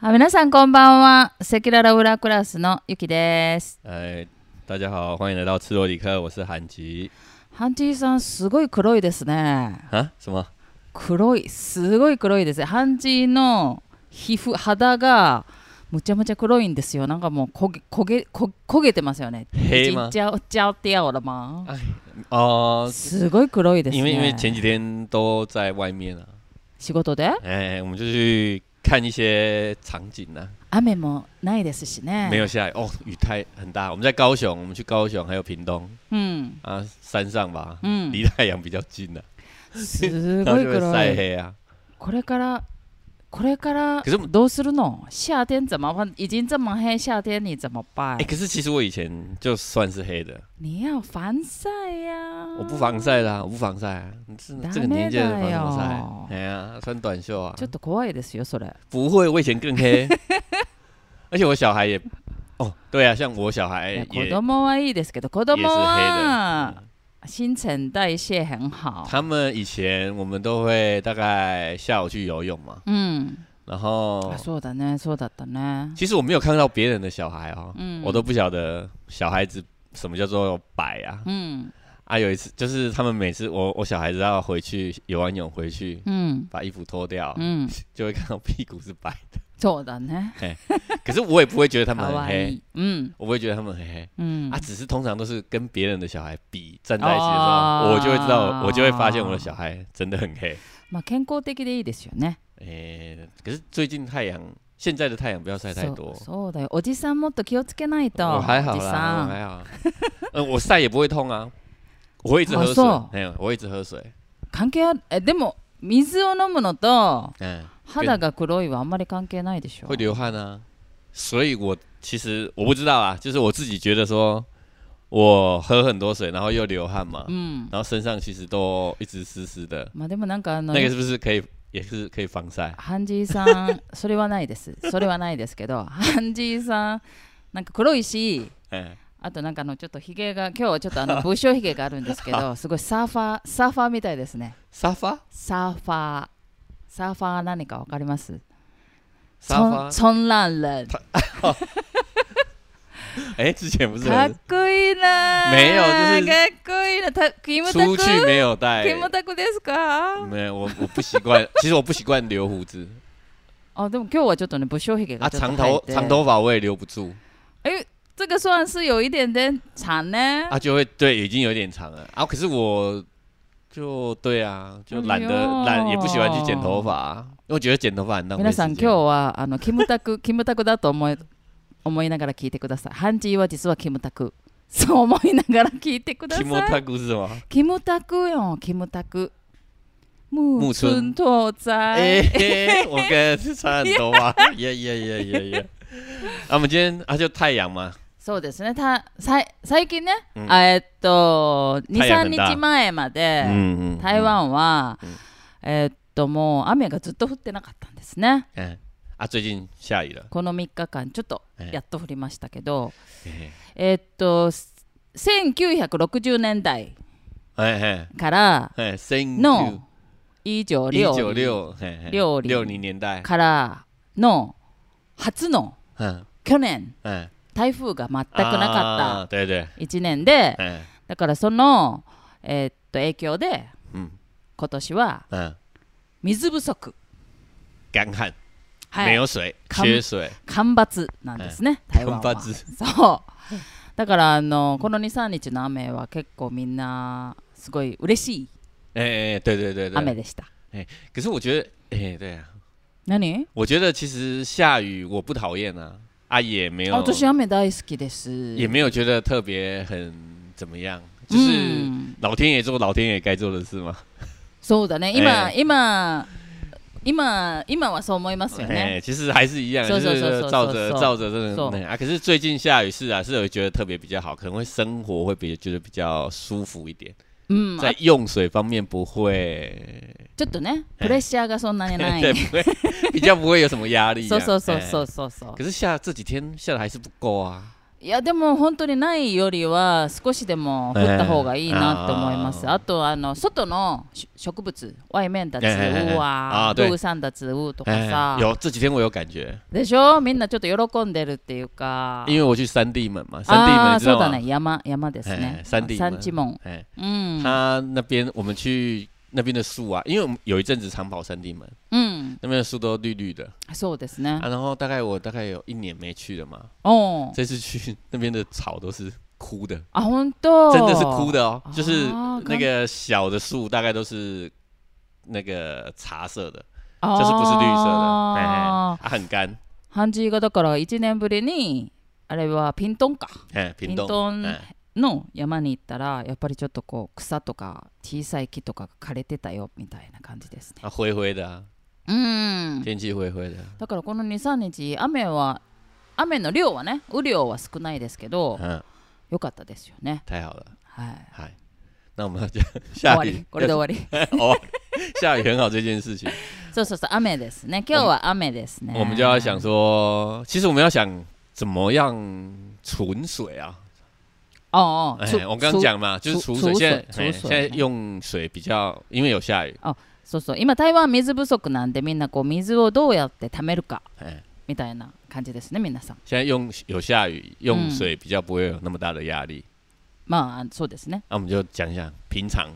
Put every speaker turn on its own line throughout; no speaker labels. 啊，皆さんこんばんは。セキュララウラクラスのゆきです。
哎，大家好，欢迎来到赤裸里克，我是韩吉
ハンティさんすごい黒いですね。
啊，什么？
黒い、すごい黒いですね。ハンティの皮膚肌がむちゃむちゃ黒いんですよ。なんかもう焦げ焦げ焦焦げてますよね。
黑吗
已经？焦焦掉了吗？
哦、
すごい黒いです
因为因为前
ね。
几天都在外面啊，
仕事で
哎，我们就去看一些场景啊，
雨もないですしね。
没有下雨哦，雨太很大。我们在高雄，我们去高雄还有屏东
うん。
啊，山上吧，
うん。
离太阳比较近的、啊，
すごい
然后嗯就会
黒
晒
い。
黑啊。
これからこれから
可是我们
どうするの夏天怎么办？已经这么黑，夏天你怎么办
哎、？可是其实我以前就算是黑的，
你要防晒呀、
我不防晒啦，我不防晒、啊，这这个年纪的防什么晒？哎呀、穿短袖啊
ちょ。っと怖いですよ、それ。
不会，我以前更黑，而且我小孩也，哦，对啊，像我小孩
い
也
や子供はいいですけど、子供
也是黑
は
的。
新陈代谢很好。
他们以前我们都会大概下午去游泳嘛，
うん。
然后
あ、そうだね、そうだったね。
其实我没有看到别人的小孩哦，
嗯
我都不晓得小孩子什么叫做白啊
うん。
啊！有一次就是他们每次我我小孩子要回去游完泳回去。
うん。
把衣服脱掉，
うん。
就会看到屁股是白的。
そうだね。
可是我也不会觉得他们
か
很
わい
黑，
い。うん。
我不会觉得他们很黑。
うん
啊，。只是通常都是跟别人的小孩比站在一起的时候，我就会知道，我就会发现我的小孩真的很黑。
まあ健康的でいいですよね。
诶、可是最近太阳，现在的太阳不要晒太多
そう。そうだよおじさんもっと気をつけないと
我还好
おじ
啦，
さ
我
ん
还好。嗯，我晒也不会痛啊，我会一直喝
哦
水
そう，
哎、有，我会一直喝水。
関係あるえでも水を飲むのと
嗯，
肌が黒いはあんまり関係ないでしょ
会流汗啊。所以我其实我不知道啊，就是我自己觉得说，我喝很多水，然后又流汗嘛，
うん
然后身上其实都一直湿湿的，
まあでもなんかあの
那个是不是可以，也是可以防晒？
ハンジーさん それはないですそれはないですけ どハンジーさんなんか黒いし
嗯。
あとなんかあのちょっとひげが今日はちょっとあ の武将ひげがあるんですけ どすごいサーファーサーファーみたいですね
沙发，
サーファーサーファー何かわかります
沙发，
冲浪人
哎、之前不是
かっ
很
こいいな。
没有就是
かっこいいな。たキムタ
出
ク。
去没有带？
キムタクですか。
没有，我我不习惯，其实我不习惯留胡子
あ、でも今日はちょっとね、不祥ひげが
啊，
ちょっと入
长头
って。
长。头发我也留不住
え、这个算是有一点点长ね。
啊，就会对，已经有点长了啊。可是我就对啊，就懒得
哎呦
懒、也不喜欢去剪头发、啊因为我觉得剪头发很浪费
皆
时
さん今日。
间
はあのキムタク キムタクだと思い思いながら聞いてください。ハンジーは実はキムタク。そう思いながら聞いてくださ
提
い。
莫太古是吗？
キムタクよ、キムタク。木村
村
拓
哎、
哉。
嘿我跟差很多啊，耶耶耶耶耶！啊，我们今天啊就太阳嘛，
そうですね。たさい最近ね、
うん
あえっと二
太陽
三
なんだ
日前まで、
嗯嗯
台湾は、
うん
えっともう雨がずっと降ってなかったんですね。
嗯啊，最近下雨了。
この3日間ちょっと
ええ
やっと降りましたけど、
嘿
えっと1960年代
嘿哎嘿
から
嘿，生
の以上
一
料
九
理
六嘿嘿
料理
六零年代，
からの初の
嗯
去年
嗯，
台風が全くなか
啊对对，
った1年で、
嗯
だからその、えっと影響で
嗯
今年は
嗯，
水不足、
干旱，
は
没
い、
有水，
干
缺水，
干ばつなんですね、台湾は。
干ばつ
そうだからあのこの23日の雨は結構みんなすごい嬉しい
哎哎，对对对
雨
对。
でした。
可是我觉得，哎对啊，
何
我觉得其实下雨我不讨厌啊，啊也没
あ
有，
私雨大好きです。
也没有觉得特别很怎么样，就是
うん
老天爷做老天爷该做的事嘛。
そうだね今、
え
今今今はそう思いますよね。
哎，其实还是一样，
嗖
就
嗖
是
嗖嗖
照着
嗖
照着这
嗖
种啊。可是最近下雨是啊，是有觉得特别比较好，可能会生活会比觉得比较舒服一点，
うん、
在用水方面不 会，
ちょっとねプレッシャーがそんなにない。
对，不会比较不会有什么压力啊。
そうそうそうそう
哎。
そうそう。
可是下这几天下的还是不够啊，
いやでも本当にないよりは少しでも降った方がいいなって思います。
ええあー
あとあの外のし植物、外面だつ、
ええ
うわ
あー
ー、
对
路上だつ、うとか
哎
さ、
有这几天我有感觉，
でしょみんなちょっと喜んでるっていうか。
因为我去三地门嘛，三地门
あ
你
あ
知
そうだ
道吗？
ね、山山です
哎
ね。
三地
山地門。
哎，
うん。
他那边我们去那边的树啊，因为我们有一阵子长跑三地门，
うん。
那边的树都绿绿的
そうですね。
啊。然后大概我大概有一年没去了嘛，
お
这次去 那边的草都是枯的，
あ、本当。
真的是枯的哦，就是
啊
那个小的树大概都是那个茶色的，
あー。
就是不是绿色的，哎，
あ
啊很干，
ーハンジーがだから1年ぶりに、あれはピントンか。
哎，
ピ
屏
ン
东，
トン
哎，
の山に行ったらやっぱりちょっとこう草とか小さい木とかが枯れてたよみたいな感じですね。
啊灰灰的啊，
うん、
天气灰灰的，
だからこの23日雨は雨の量はね雨量は少ないですけど
嗯，
良かったですよね。
太好了，
はい、
嗨，那我们就
終
下
わ
雨
りこれで終わり。
哦，下雨很好这件事情，
そうそうそう雨ですね今日は雨ですね。
我们就要想说，其实我们要想怎么样存水啊。
おうおう
哎
つ、
我刚
つ
刚讲嘛，就是
储
储水，
储水
现在哎
储水
现在用水比较，因为有下雨，
そうそう今台湾は水不足なんでみんなこう水をどうやって貯めるか
哎，
みたいな感じですね皆さん。
现在用有下雨，用
嗯
水比较不会有那么大的压力。
まあそうですね。
那我们就讲一讲平常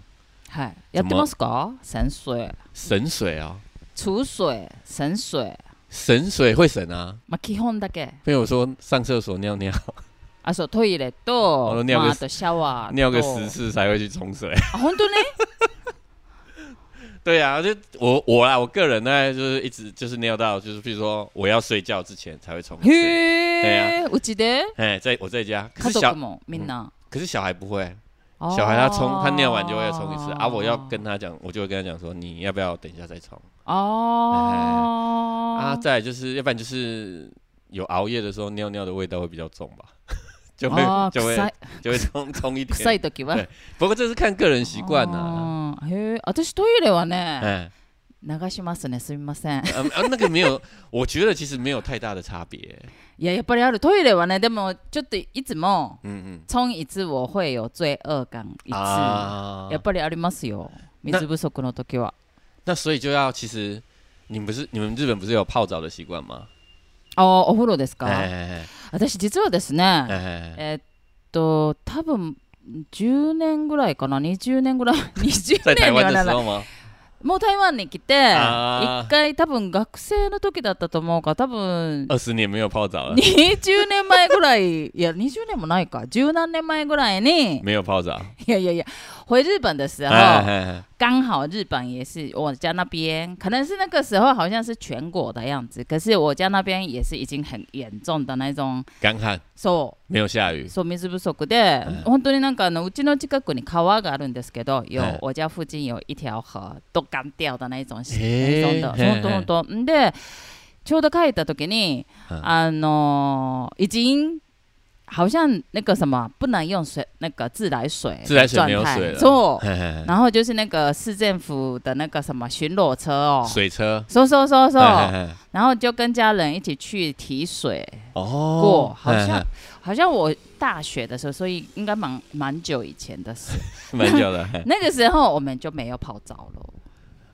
はい、やってますか潜水。
省水啊，
储水、省水、
省水会省啊。
まあ、基本だけ。
比如说上厕所尿尿，
あ、そう、トイレ
あ
と
の、尿
ま
が
あ、あとシャワーと。
尿个十次才会去冲水。
あ、本当ね。
对啊，就我我啦，我个人呢就是一直就是尿到，就是比如说我要睡觉之前才会冲水。
へえ、うちで
哎，在我在家，可
家
是小
族もみんな。
可是小孩不会，
あー
小孩他冲他尿完就会冲一次啊。我要跟他讲，我就会跟他讲说，你要不要等一下再冲啊？
あー
再来就是，要不然就是有熬夜的时候尿尿的味道会比较重吧， 就会
あー
就
臭
会
い
就会冲冲一
臭い
点。
時は
对不过这是看个人习惯呐。
あーへえ私トイレはね
哎，
流しますねすみません
嗯啊，那个没有，我觉得其实没有太大的差别。
いややっぱりあるトイレはねでもちょっといつも
嗯
冲一次我会有罪恶感一次
嗯啊
やっ，ぱりありますよ
な
水不足の時は
那所以就要其实。你们不是你们日本不是有泡澡的习惯吗？
ああお風呂ですか、
哎
私実はですね、
哎哎哎，
えっと多分10年ぐらいかな20年 ぐらい20
在台
年に
湾
は
的
な
时
らない
候吗？
もう台湾に来て
あー
一回多分学生の時だったと思うから多分
二十年没有泡澡了，
20年前ぐらいいや20年もないか十何年前ぐらい に
没有泡澡。
いやいやいや回日本的时候
哎哎哎
刚好日本也是我家那边，可能是那个时候好像是全国的样子，可是我家那边也是已经很严重的那种，
干旱，
そう
没有下雨。
そう水不足で、
うん
本当になんかあのうちの近くに川があるんですけど、有
うん
我家附近有一条河都干掉的那一种、
へー
那一种
へ
的、
ー
本当本当。んでちょうど帰った時に、
うん
あの已经好像那个什么不能用水，那个自来水的
自来水没有
状态
水了
そう。
嘿嘿嘿
然后就是哦那个市政府的那个什么巡逻车哦，
水车，
收收收收，
嘿嘿嘿
然后就跟家人一起去提水过，
哦，
好
嘿
像
嘿
好像我大学的时候，所以应该蛮蛮久以前的事。
蛮久的。嘿
那个时候我们就没有泡澡了，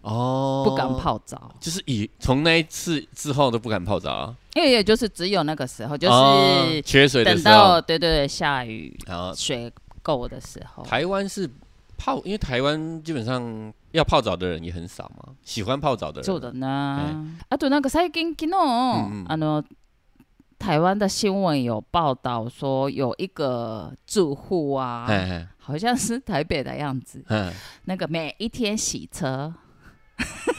哦，
不敢，泡澡，
就是以从那一次之后都不敢泡澡啊，
因为也就是只有那个时候，就
哦
是
缺水的
等
时候
到。对对对下雨
然后
水够的时候，
台湾是泡，因为台湾基本上要泡澡的人也很少嘛，喜欢泡澡的
そう
人。
だな。あとなんか最近昨日、
ん
あの哦啊台湾的新闻有报道说有一个住户啊，
嘿嘿
好像是台北的样子，
嗯，
那个每一天洗车。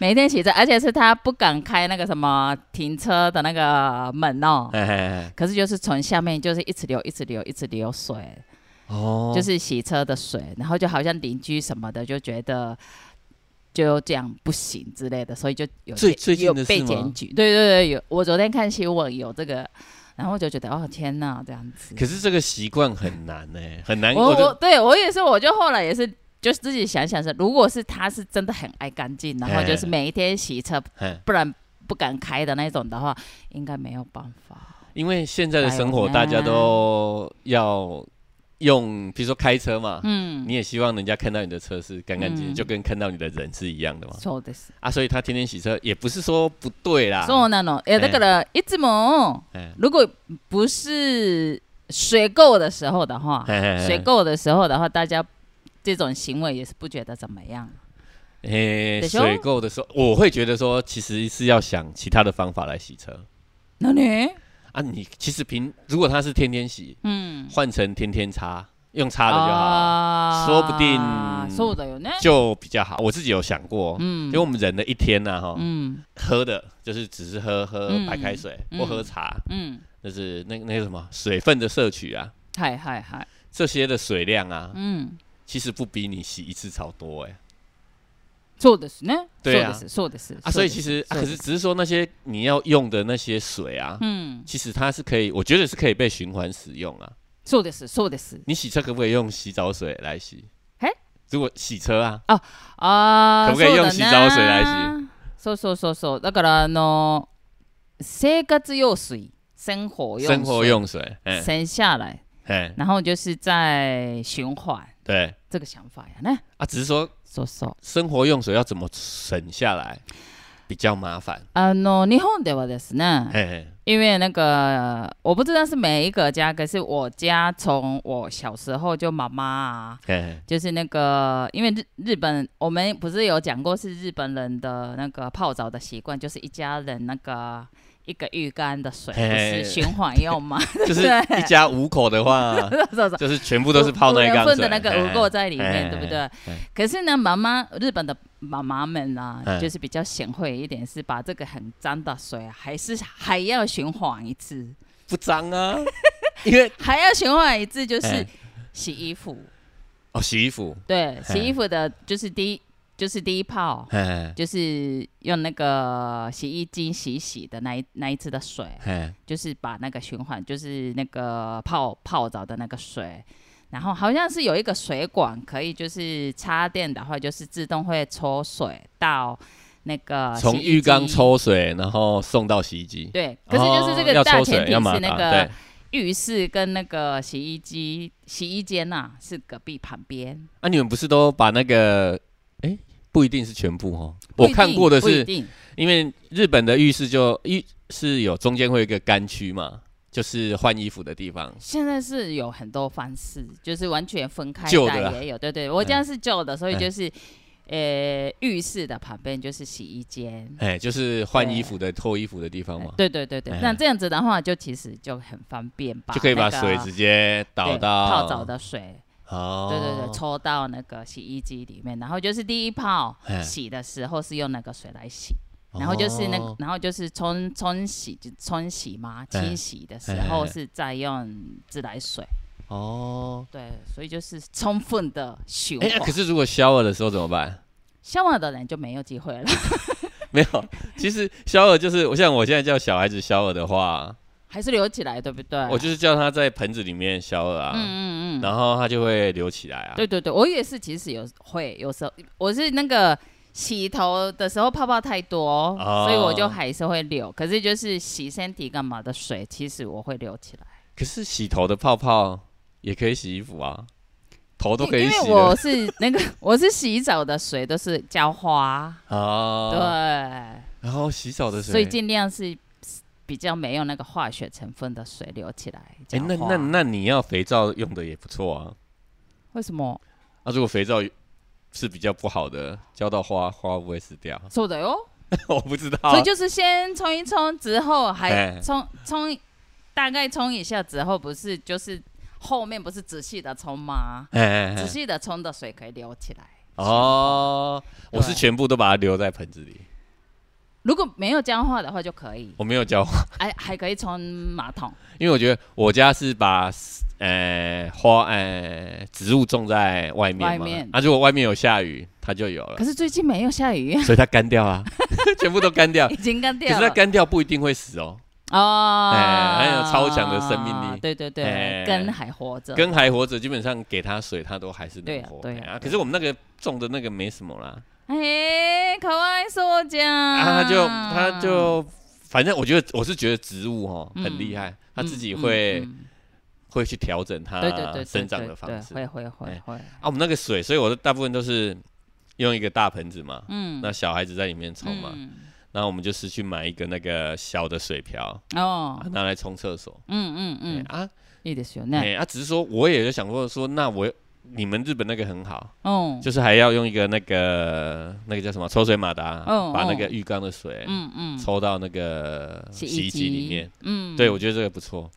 每一天洗车，而且是他不敢开那个什么停车的那个门哦，
嘿嘿嘿
可是就是从下面就是一直流，一直流，一直流水，
哦，
就是洗车的水，然后就好像邻居什么的就觉得就这样不行之类的，所以就有
最
被
最近
有
的
被
事吗
检举。对对对，有我昨天看新闻有这个，然后我就觉得哦天哪，这样子。
可是这个习惯很难呢，很难。
我
哎我
我
的
对我也是，我就后来也是。就是自己想想是，如果是他是真的很爱干净，然后就是
哎
每一天洗车，
嘿
不然不敢开的那种的话，应该没有办法。
因为现在的生活
哎呦
大家
嗯
都要用，比如说开车嘛，
うん
你也希望人家看到你的车是干干净
嗯
净，就跟看到你的人是一样的嘛。
そうです
啊，所以他天天洗车也不是说不对啦。
そうなのいや
ね
だからいつも
啊哎
如果不是水垢的时候的话
嘿嘿嘿
水垢的时候的话大家这种行为也是不觉得怎么样
哎，
でしょ
水垢的时候，我会觉得说，其实是要想其他的方法来洗车
那你
啊。你其实平，如果他是天天洗，
嗯哦啊
换成天天擦，用擦的啊就好了，
あ
そう不定
ーそうだよね
就比较好。我自己有想过，哦
嗯
因为我们人的一天呐、哈、
嗯
喝的就是只是喝喝
嗯
白开水、
嗯
或喝茶，
嗯
就是那那个什么水分的摄取啊，
はいはいはい
这些的水量啊，
うん
其实不比你洗一次槽多哎、
そうですねそう
对啊
ですそうです
啊，所以其实、啊、
そう
可
です
只是说那些你要用的那些水啊，
嗯
其实它是可以，我觉得是可以被循环使用啊。
そうですそうです
你洗车可不可以用洗澡水来洗？
嘿
如果洗车啊，
ああ
可不可以用洗澡水来洗
そうそうそうそうだからあの生活用水生活用水
生活用水，哎
省下来
哎，
然后就是在循环
对
这个想法呀ね
啊，只是说
そうそう
生活用水要怎么省下来比较麻烦，
あの日本ではですね
嘿嘿
因为那个我不知道是每一个家，可是我家从我小时候就妈妈啊，
嘿嘿。
就是那个，因为日日本我们不是有讲过是日本人的那个泡澡的习惯，就是一家人那个一个浴缸的水不
嘿
是循环用 吗？
就是
对
一家五口 的话，
是是
就是全部都是泡那一
五
缸
人
水
份的那个
嘿
污垢在里
嘿
面，
嘿
对不对
嘿？
可是呢，妈妈日本的妈妈们啊
嗯，
就是比较贤惠一点，是把这个很脏的水啊还是还要循环一次。
不脏啊， 因为
还要循环一次，就是
哎
洗衣服。
哦洗衣服，
对，洗衣服的就是第一，就是第一泡，
哎
就是用那个洗衣精洗一洗的那一那一次的水，
哎
就是把那个循环，就是那个泡泡澡的那个水。然后好像是有一个水管可以，就是插电的话，就是自动会抽水到那个啊洗
从
衣
浴缸
机。
抽水，然后送到洗衣机。
对，可是就是这
哦
个
要
大
抽
前
水
提
要马
是
达
那个
对
浴室跟那个洗衣机、洗衣间呐、啊是隔壁旁边。
啊，你们不是都把那个哎不一定是全部哦，
不一
我
定
看过的
不一
是
定
因为日本的浴室就浴是有中间会有一个干区嘛，就是换衣服的地方。
现在是有很多方式，就是完全分开
旧的
戴
啦
也有，对对，我家是旧的，所以
嗯
就是。呃，浴室的旁边就是洗衣间，
哎，就是换衣服的、脱衣服的地方嘛，
对对对对
嗯，
那这样子的话，就其实就很方便吧，
就可以把
那个啊
水直接
对
倒到
泡澡。的水，
哦，
对对对，抽到那个洗衣机里面，然后就是第一泡
嘿
洗的时候是用那个水来洗，然后就是那
哎哦
然后就是冲冲洗就冲洗嘛，
嘿
清洗的时
嘿
候
嘿嘿
是再用自来水，
哦，
对，所以就是充分的循
哎、
环
啊。可是如果 shower 的时候怎么办？
消化的人就没有机会了，
没有，其实 shower 就是我像我现在叫小孩子 shower 的话，
还是留起来，对不对？
我就是叫他在盆子里面 shower 啊，
嗯嗯嗯，
然后他就会流起来啊。
对对对，我也是，其实有会有时候我是那个。洗头的时候泡泡太多，
哦
所以我就还是会留。可是就是洗身体干嘛的水，其实我会留起来。
可是洗头的泡泡也可以洗衣服啊，头都可以
因
洗
为
的
我是那个， 我是洗澡的水都是浇花，
啊。
对，
然后洗澡的水，
所以尽量是比较没有那个化学成分的水流起来
哎、
浇花。
那那那你要肥皂用的也不错啊。
为什么？
那、如果肥皂是比较不好的，浇到花花会不会死掉？
そうだよ。
我不知道啊。
所以就是先冲一冲，之后还
哎
冲冲，大概冲一下之后，不是就是后面不是仔细的冲吗？
哎哎哎
仔细的冲的水可以流起来。
哦，我是
对啊
全部都把它留在盆子里，
如果没有浇花的话就可以，
我没有浇花，
还还可以冲马桶。
因为我觉得我家是把呃花呃植物种在外面嘛，
外面
啊，如果外面有下雨，它就有了
可，是最近没有下雨，
所以它干掉啊， 全部都干掉。
已经 干
可
掉
是它
了。
干掉不一定会死哦，
哦，
哎还有超强的生命力
对对对，
哎
根还活着。
根还活着，基本上给它水，它都还是
对
能
啊
活。
对啊
哎可是我们那个种的那个没什么啦，啊
哎，可爱说讲。
啊，它就它就反正我觉得我是觉得植物哈
嗯
很厉害，它自己
嗯
会
嗯
会去调整它
嗯对对对对
生长
对
的
对
方式。啊，
会会会
哎
会，
我们那个水，所以我的大部分都是用一个大盆子嘛，
嗯，
那小孩子在里面冲嘛，
嗯
然后我们就是去买一个那个小的水瓢，
哦
啊，拿来冲厕所。
嗯嗯
嗯
嗯，
啊，
いいですよ
哎、
ね。
啊，只是说我也有想过说，那我你们日本那个很好，
嗯
就是还要用一个那个那个叫什么抽水马达，
嗯
把那
嗯
个浴缸的水
嗯嗯，
抽到那个洗衣机里面。，
嗯，
对，我觉得这个不错。
うん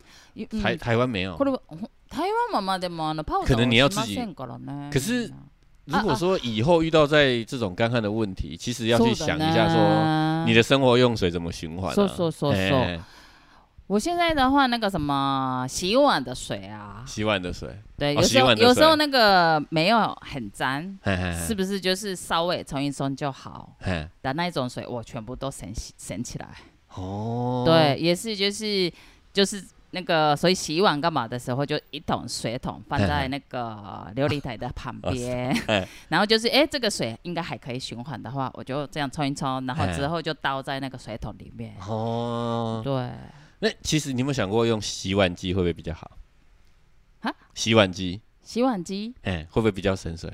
台台湾没有
こ。れはほ台湾はまあでもあのパウダー
可能你要
はし
自
ま
己
せんからね。
可是
啊
如果说以后遇到在这种干旱的问题，其实要去想一下说
说
你的生活用水怎么循环啊。
嗯说说说
哎
说我现在的话，那个什么洗碗的水啊，
洗碗的水，
对，
哦
有
洗
时候
碗的水哎
有时候那个没有很脏，
嘿嘿嘿
是不是就是稍微冲一冲就好
嘿
的那一种水，我全部都省起省起来。
哦，
对，也是就是就是那个，所以洗碗干嘛的时候，就一桶水桶放在那个琉璃台的 旁边
哎，
然后就是哎、这个水应该还可以循环的话，我就这样冲一冲，然后之
哎
后就倒在那个水桶里面。
哦，
对，
那其实你有没有想过用洗碗机会不会比较好？
啊，
洗碗机，
洗碗机
哎、会不会比较省水？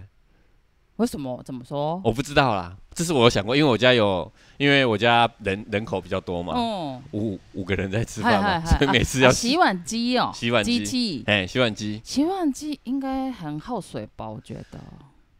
为什么怎么说？
我不知道啦，这是我有想过，因为我家有，因为我家人人口比较多嘛，
哦，
五五个人在吃
嗨
饭
嗨
嘛，
嗨
所以每次
啊
要
啊洗碗机哦，
洗碗
机
机
器，
哎、洗碗机，
洗碗机应该很耗水吧？我觉得。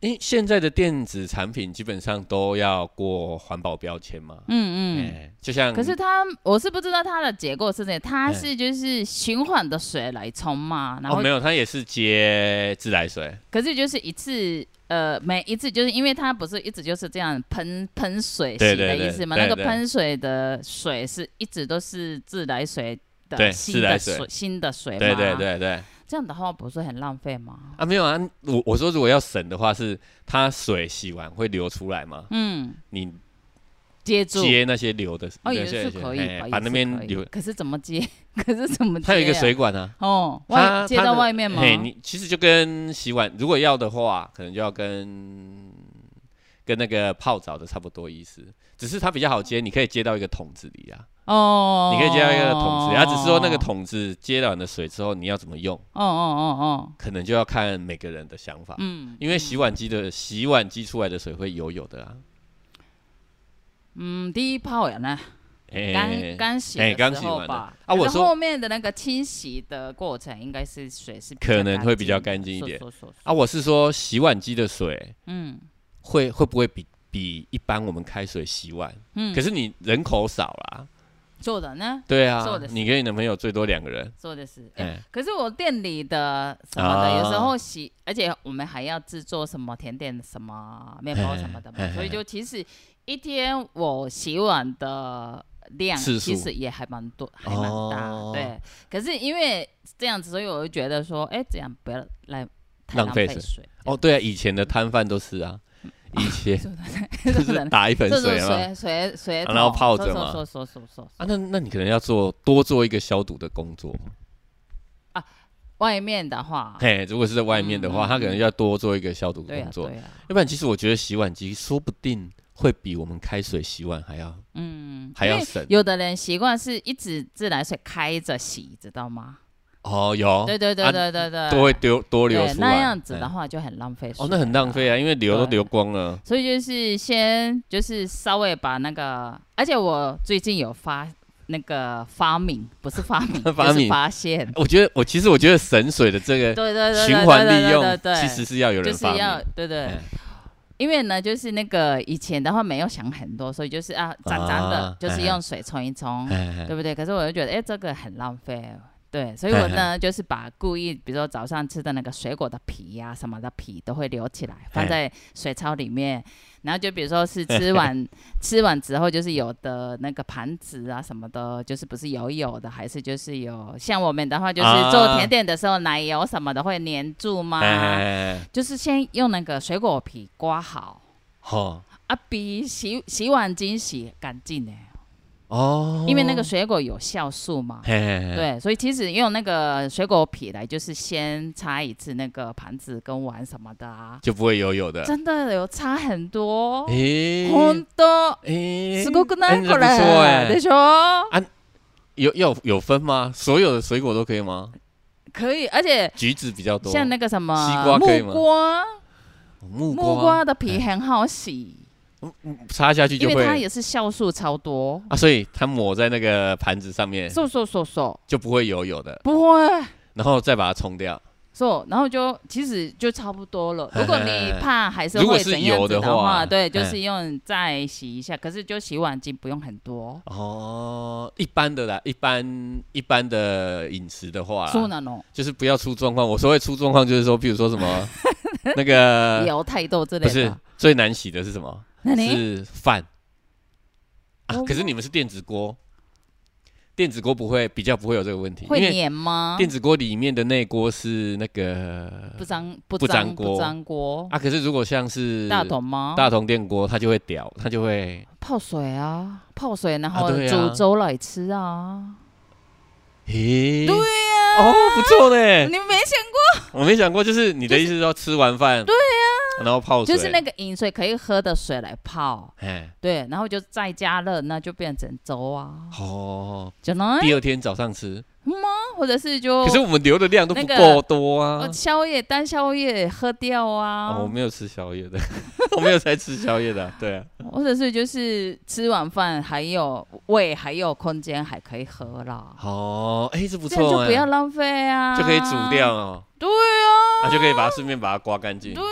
因为现在的电子产品基本上都要过环保标签嘛，
嗯嗯。
哎就像
可是它，我是不知道它的结构是怎样，它
哎
是就是循环的水来冲嘛，然后、
哦没有，它也是接自来水，
可是就是一次。呃，每一次就是因为它不是一直就是这样喷喷水
对
洗的
对对
意思嘛，
对
那个
对
喷水的水是一直都是自来水的
对
新
自
的
来水
水新的水嘛，
对对，对对，
这样的话不是很浪费吗？
啊没有啊，我我说如果要省的话是它水洗完会流出来嘛，
嗯，
你
接住
接那些流的，
哦也
有些
是可以
哎
吧，也
把那
是可
边
以
流，
可是怎么接？ 可是怎么接、啊？
它有一个水管啊。
哦，
它
外接
它
到
的
外面吗？
嘿，你其实就跟洗碗，如果要的话，可能就要跟跟那个泡澡的差不多意思，只是它比较好接，你可以接到一个桶子里啊，
哦，
你可以接到一个桶子里，它、啊只是说那个桶子接了你的水之后，你要怎么用，
哦哦哦哦，
可能就要看每个人的想法，
嗯，
因为洗碗机的洗碗机出来的水会油油的啊，
嗯，第一泡呀呢，
哎、
刚刚洗
哎刚
的
洗
时候
完的
吧，
啊我
可是
说
后面的那个清洗的过程应该是水是
可能会比较
干
干净一点
说说说
啊，我是说洗碗机的水
嗯
会会不会比比一般我们开水洗碗，
嗯，
可是你人口少啦。
做的呢，
对
做
啊
的，
你跟你男朋友最多两个人，
做的是。哎
哎，
可是我店里的什么的，
啊
有时候洗，而且我们还要制作什么甜点、什么面包什么的
嘿
嘛
嘿，嘿
所以就其实一天我洗碗的量
次数
其实也还蛮多，还蛮大。
哦
对，可是因为这样子，所以我就觉得说，哎，这样不要来太
浪
费
费
水
水。哦，对啊，以前的摊贩都是啊， 以前就是打一盆
这种
水嘛，
水水水桶，
然后泡着嘛
说说说说
啊，
说，
那那你可能要做多做一个消毒的工作，
外面的话，
嘿，如果是在外面的
啊嗯嗯
话，他可能要多做一个消毒
对
工
呀
作，
对呀，啊
要不然其实我觉得洗碗机说不定会比我们开水洗碗还要
嗯，
还
因
要
为
省
有的人习惯是一直自来水开着洗，知道吗？
哦，有
对对对
啊
对对对，
都会丢多流
对
出来，
那样子的
哎
话就很浪费水。
哦，那很浪。费啊，因为流都
对
流光了，
所以就是先就是稍微把那个，而且我最近有发那个发明，不是发 明，
发
就是
明
发现。
我觉得我其实我觉得省水的这个
对对对对
循
对
环
对
利
对
用
对对，
其实是要有
就
人
是
发明
要对对
哎，
因为呢，就是那个以前的话没有想很多，所以就是啊，脏脏的
啊，
就是
哎
用水冲一冲，
哎哎
对不对？可是我就觉得，哎、这个很浪费。哦对，所以我呢，就是把故意，比如说早上吃的那个水果的皮呀、什么的皮都会留起来，放在水槽里面。然后就比如说是吃完 吃完之后，就是有的那个盘子啊什么的，就是不是油油的，还是就是有像我们的话，就是
啊
做甜点的时候，奶油什么的会粘住吗？
哎，
就是先用那个水果皮刮好
好，
啊，比洗洗碗巾洗干净呢。
哦，
因为那个水果有酵素嘛。
嘿嘿嘿，
对，所以其实用那个水果皮来，就是先擦一次那个盘子跟碗什么的啊，
就不会游泳的。
真哦的有差很多，
诶
本当
诶
すごくない
诶
こ
那不错
れ
诶
でしょ？
有有有分吗？所有的水果都可以吗？
可以，而且
橘子比较多，
像那个什么
西瓜可以吗
木瓜，
木瓜，
木瓜的皮很好洗，
插下去
因
就
为它
会
也是酵素超多。
啊，所以它抹在那个盘子上面
嗖嗖嗖嗖，
就不会游泳的，
不会。
然后再把它冲掉。
so，然后就其实就差不多了。如果你怕还是
如果
会
是
怎样
有
子
的
话，
话
对，就
嗯
是用再洗一下，可是就洗碗巾不用很多。
哦，一般的啦，一般一般的饮食的话啦
そうなの，
就是不要出状况。我所谓出状况，就是说，譬如说什么 那个
有太多之
呃不
类
是
的。
最难洗的是什么？
那你
是饭啊
哦。
可是你们是电子锅，电子锅不会比较不会有这个问题，因
会
为
粘吗？
电子锅里面的内锅是那个
不粘不
不粘
粘
锅
不粘锅，
啊。可是如果像是
大桶吗？
大同电锅，它就会屌，它就会
泡水啊，泡水，然后
对啊
煮粥来吃啊。
咦，
对呀、
哦，不错呢。
你没想
我没想过，就是你的意思是说吃完饭对呀，然后泡
过，
水，
啊就是那个饮水可以喝的水来泡，
哎
对，然后就再加热，那就变成粥啊，
哦，
就能
第二天早上吃，
或者是就
可是我们留的量都不
哦那个
够多啊
呃。宵夜当宵夜喝掉啊，
哦，我没有吃宵夜的， 我没有在吃宵夜的啊，对啊。
或者是就是吃完饭还有胃还有空间还可以喝啦，
哦，哎，这不
这样就
错
不要
哎，
浪费啊，
就可以煮掉，哦，
对啊，
啊，就可以把它顺便把它刮干净
对。啊，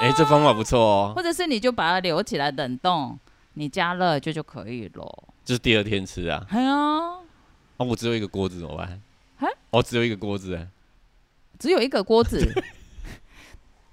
哎，这方法不错哦，
或者是你就把它留起来冷冻，你加热就就可以了，
就是第二天吃啊。
哎呀。
啊，我只有一个锅子怎么办
啊？
我只有一个锅子哎，
只有一个锅 子，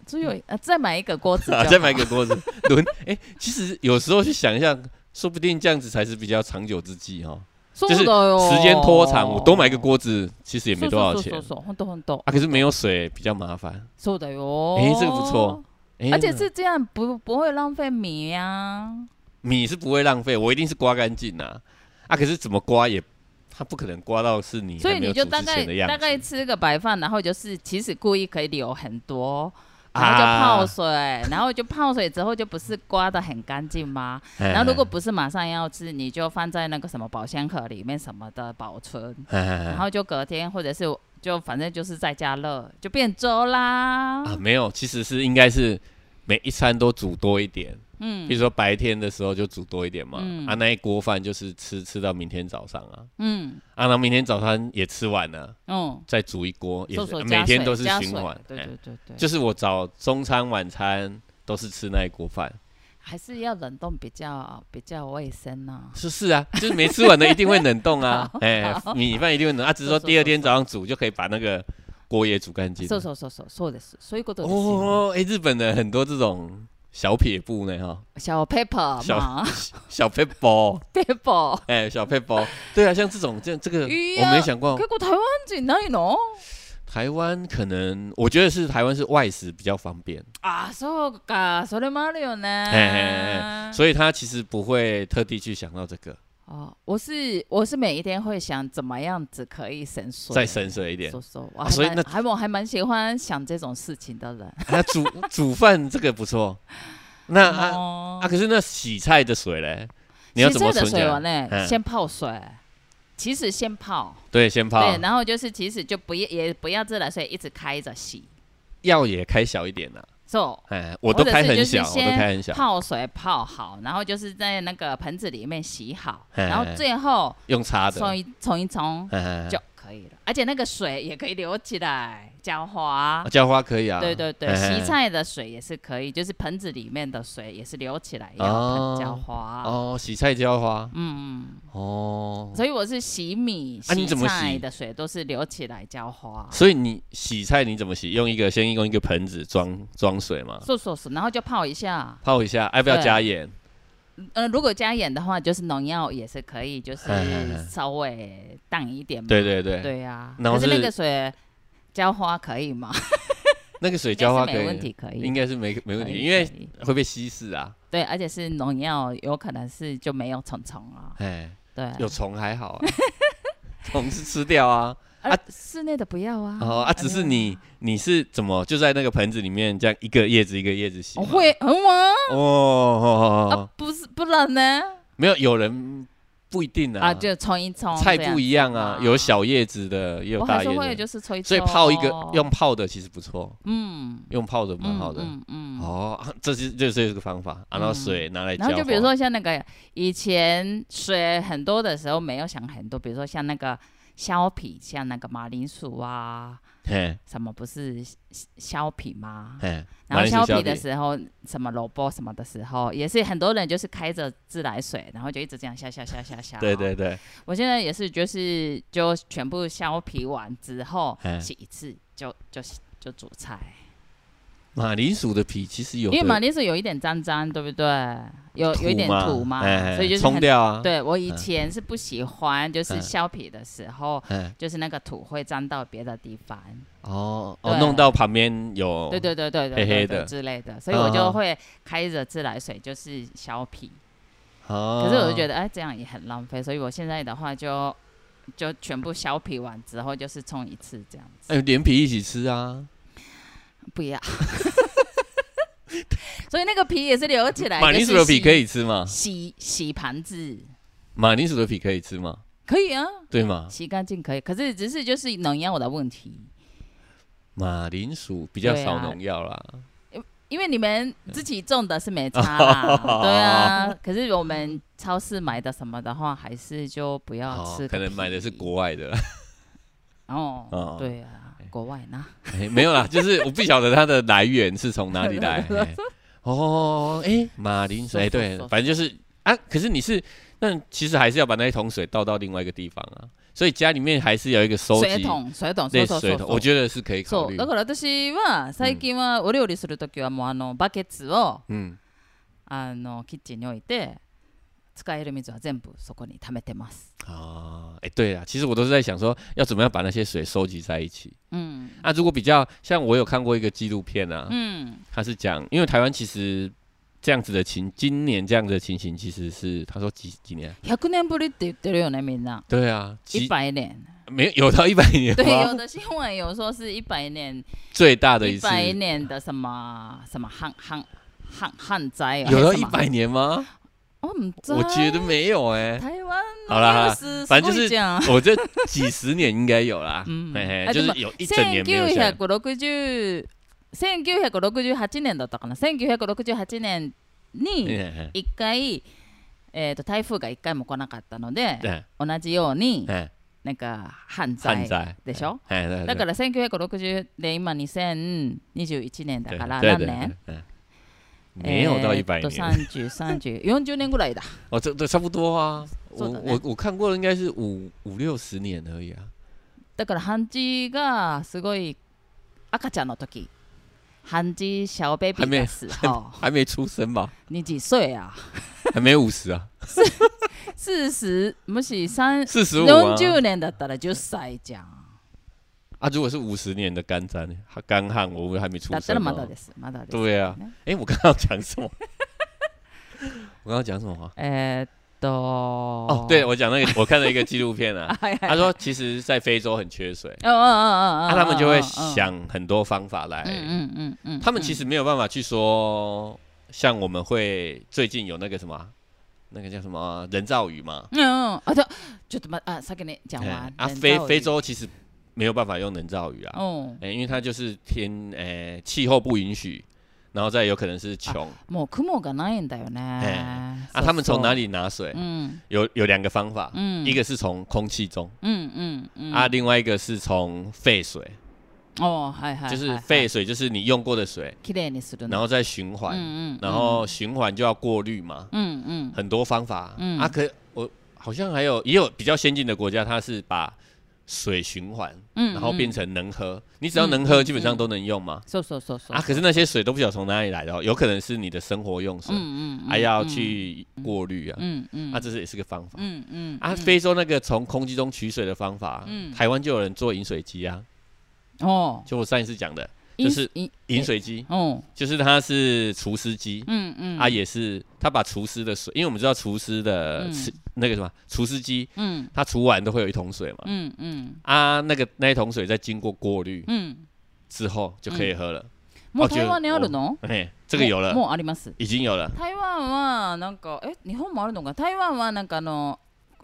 只有一呃，再买一个锅子就好
啊，再买一个锅子轮。哎，其实有时候去想一下，说不定这样子才是比较长久之计哦。就是
哦
时间拖长，我多买一个锅子，其实也没多少钱
そうそうそうそう本当本当
啊。可是没有水比较麻烦。
そうだよ。
哎这个不错，哎
而且是这样不不会浪费米呀、啊。
米是不会浪费，我一定是刮干净啊。啊，可是怎么刮也，它不可能刮到是你
所以
还没有
你就
煮
大
之
概
前的样
大概
子
吃个白饭，然后就是其实故意可以留很多。
啊
然后就泡水，然后就泡水之后就不是刮的很干净 吗？
嗯
然后如果不是马上要吃，你就放在那个什么保鲜盒里面什么的保存。然
然
后就隔天或者是就反正就是在家热，就变粥啦。
啊没有，其实是应该是每一餐都煮多一点，比
嗯
如说白天的时候就煮多一点嘛，
嗯
啊那一锅饭就是吃吃到明天早上啊，
嗯
啊然后明天早餐也吃完了，
嗯，
再煮一锅，也
搜
是
索
每
加
天
水
都是
加
循
水
环，
对
哎
对对对，
就是我早中餐晚餐都是吃那一锅饭，
还是要冷冻比较比较卫生呐、
是是啊， 就是没吃完的一定会冷 冻啊，哎，米饭一定会冷冻啊，只是说
是是
第二天早上煮就可以把那个锅也煮干净。
そうそうそうそうそうです。そういうことですよ。
哦，哎，日本的很多这种小撇步呢，哈，
小 paper
小
嘛
小撇步，
，paper。
哎，小撇步，对啊，像这种这这个
鱼
我
啊
没想过，
結構台湾人ないの？
台湾可能我觉得是台湾是外食比较方便，
あ、そうか、それもあるよ
嘿嘿
ね。
所以他其实不会特地去想到这个，
哦，我是我是每一天会想怎么样子可以省水，
再深邃一点
说。说，我
啊
还
所以
蛮
那
还我还蛮喜欢想这种事情的人。
啊，煮煮饭这个不错，那啊。
哦
啊，可是那洗菜的水嘞，你要
其
怎
实
么
这个
存起
水
来
完？呢？
嗯
先泡水，其实先泡，
对，先泡
对，，然后就是其实就不要也不要自来水一直开着洗，
药也开小一点呐。
so
哎，我都
或者
开
是
很
就是
小，我都
先
开很小，
泡水泡好，然后就是在那个盆子里面洗好，
嘿
然后最后
用擦的。
冲一冲一冲
哎，
就可以了，而且那个水也可以留起来浇花
啊。浇花可以啊。
对对对，
哎
洗。菜的水也是可以，就是盆子里面的水也是留起来，然后盆浇花。
哦，洗菜浇花。
嗯，
哦，
所以我是洗米、
啊你
洗
怎么洗啊
菜的水都是留起来浇花。
所以你洗菜你怎么洗？用一个先用一个盆子装装水嘛，
是是是，然后就泡一下。
泡一下，要不要
对
加盐？
呃，如果加盐的话，就是农药也是可以，就是
嗨嗨嗨
稍微淡一点嘛。
对对对，
对呀、
然后
可是那
是
个水浇花可以吗？
那个水
应该
浇花
是
可
没问
以，
题，可以。
应该是没没问
可
题，
以
因为
可以
会被稀释啊。
对，而且是农药，有可能是就没有虫虫啊。
哎，
对啊，
有虫还好啊， 虫是吃掉啊。
啊，室内的不要啊。
哦啊，只是你你是怎么就在那个盆子里面这样一个叶子一个叶子洗
我
吗？
哦会啊很稳
哦哦，
啊
哦，
不是不然呢？
没有，有人不一定啊，
啊，就冲一冲，
菜
这样
不一样啊
啊，
有小叶子的，也有
我
大
还是会
叶子的，
就是吹，哦
所以泡一个用泡的其实不错，
嗯，
用泡的蛮
嗯
好的。
嗯嗯。
哦，啊这是这是一个方法啊，然后水拿来浇
然
花，
后就比如说像那个以前水很多的时候没有想很多，比如说像那个削皮，像那个马铃薯啊，
嘿，
什么不是削皮吗？
嘿，
然后
马铃
削
薯
皮
削
的时候，什么萝卜什么的时候，也是很多人就是开着自来水，然后就一直这样削削削削削。
对对对，
我现在也是，就是就全部削皮完之后
嗯
洗一次，就就就煮菜。
马铃薯的皮其实有
因
的
为马铃薯有一点脏脏，对不对？有有一点土嘛，
哎
所以就是
冲
很。
掉啊。，
对我以
嗯
前是不喜欢，就是
嗯
削皮的时候，
哎，
就是那个土会沾到别的地方。
哦哦，
对
弄到旁边有，
对对对对对
黑
对
黑
对
的
之类的，所以我
嗯
就
嗯
会开着自来水就是削皮。
哦，
可是我就觉
得
得，哎，这样也很浪费，所以我现在的话就就全部削皮完之后就是冲一次这样子。
哎，连皮一起吃啊，
不要。 所以那个皮也是留起来。
马铃薯的皮可以吃吗？
洗洗盘子，
马铃薯的皮可以吃吗？
可以啊，
对吗？
洗干净可以。可是只是就是农药的问题，
马铃薯比较
对啊
少农药啦，
因为你们自己种的是没差 啦，对啊。可是我们超市买的什么的话，还是就不要
哦
吃、
可能买的是国外的，
哦，
哦
对啊，国外呢。
哎没有啦，就是我不晓得它的来源是从哪 里来。哎哦，哎，马铃薯，
说
哎，
说
对
说，
反正就是啊，可是你是，那其实还是要把那一桶水倒到另外一个地方啊，所以家里面还是有一个收
水
集。
桶，水桶，そ
类
う
似
そう
水
そう
桶，我
得。
觉得是可以考
そう。
虑
だから私は最近はお料理するときはもうあのバケツを
嗯，
あのキッチンに置いて使える水は全部そこに溜めてます。
啊，哎、对啊，其实我都是在想说，要怎么样把那些水收集在一起。
嗯
啊，如果比较像我有看过一个纪录片啊，
嗯
他是讲，因为台湾其实这样子的情，今年这样子的情形其实是他说几几年啊？
100年ぶりって言ってるよねみんな。
对啊，
一
几
百年，
没有有到一百 年
对，有
吗？
的新闻有说是一百年，
最大的一
一
次
百年的什么什么旱旱旱旱灾啊，
有到
还是
一
什么
百，年吗？
我唔知，
我觉得没有哎、
台湾
好啦好啦
1900
反正就
すご
是
いじゃん
我这几十年应该有啦，
嗯
嘿嘿，
啊
就
这么
是有一整年没有下来。
1960 1968年だったかな1968年に
嘿嘿
一回、えー、と台風が一回も来なかったので
对，
同じように
哎，
なんか犯
旱
罪
灾
でしょ
哎，对
だ
对
から1960で今2021年だから
对
何
对对
年
对
呃
没有到一百年，
3030 40年ぐらいだ
哦，这这差不多啊。我
そうだね
我我看过的应该是五五六十年而已啊。
だからハンジがすごい赤ちゃんの時ハンジ小ベビー
还没
的时候
还没出生吧？
你几岁啊？
还没五十啊？
四十もし三
四十五啊？
40年だったら10歳じゃん。
啊，如果是五十年的干旱，干旱我们还没出
だった
生
ら
啊。
まだです。まだです。
对啊
ね。
哎，我刚刚讲什么？ 我刚刚讲什么啊？
えー、っと、，
哦，对，我讲那个，我看了一个纪录片啊
はいはい
他说其实，在非洲很缺水，啊
うんうんうんうんうん
那他们就会
うん
想很多方法来
うんうんうんうん
他们其实没有办法去说，像我们会最近有那个什么啊，那个叫什么啊人造雨嘛，
うんうんあじゃちょっとまあ先に讲
哎
完
啊，非非洲其实没有办法用人造雨啊，
うん
哎，因为它就是天哎气候不允许，然后再有可能是穷
もう雲がないんだよね
啊，他们从哪
里
里拿水
う？ん
有有两个方法，
うん
一个是从空气中
うんうんうん
啊，另外一个是从废水，
哦はいはいはいはい
就是废水就是你用过的水，
きれいにするの
然后再循环，
うんうん
然后循环就要过滤嘛，
うんうん
很多方法、
嗯
啊。可我好像还有也有比较先进的国家，它是把水循环，
うん
然后变
うん
成能喝，你只要能
嗯
喝，基本上都能用嘛。
そうそうそうそう
啊，可是那些水都不晓得从哪里来的、哦，有可能是你的生活用水，
嗯
还、要去过滤啊。
嗯嗯
啊，这是也是个方法。
嗯嗯
啊，
嗯
非洲那个从空气中取水的方法，
嗯
台湾就有人做饮水机啊，
哦，
就我上一次讲的
因
是
因
饮水机，
哦
就是它是除湿机，
嗯嗯
啊，也是他把厨师的水，因为我们知道厨师的
嗯
吃、那个什么厨师机，
嗯
它除完都会有一桶水嘛，
嗯嗯
啊，那个那一桶水再经过过滤
嗯。
之后就可以喝了，
もう
あ違う
台湾にあるの？
嘿，这个有了，
もうもうあります。
已经有了，
台湾はなんかえ日本もあるのか？台湾はなんかあの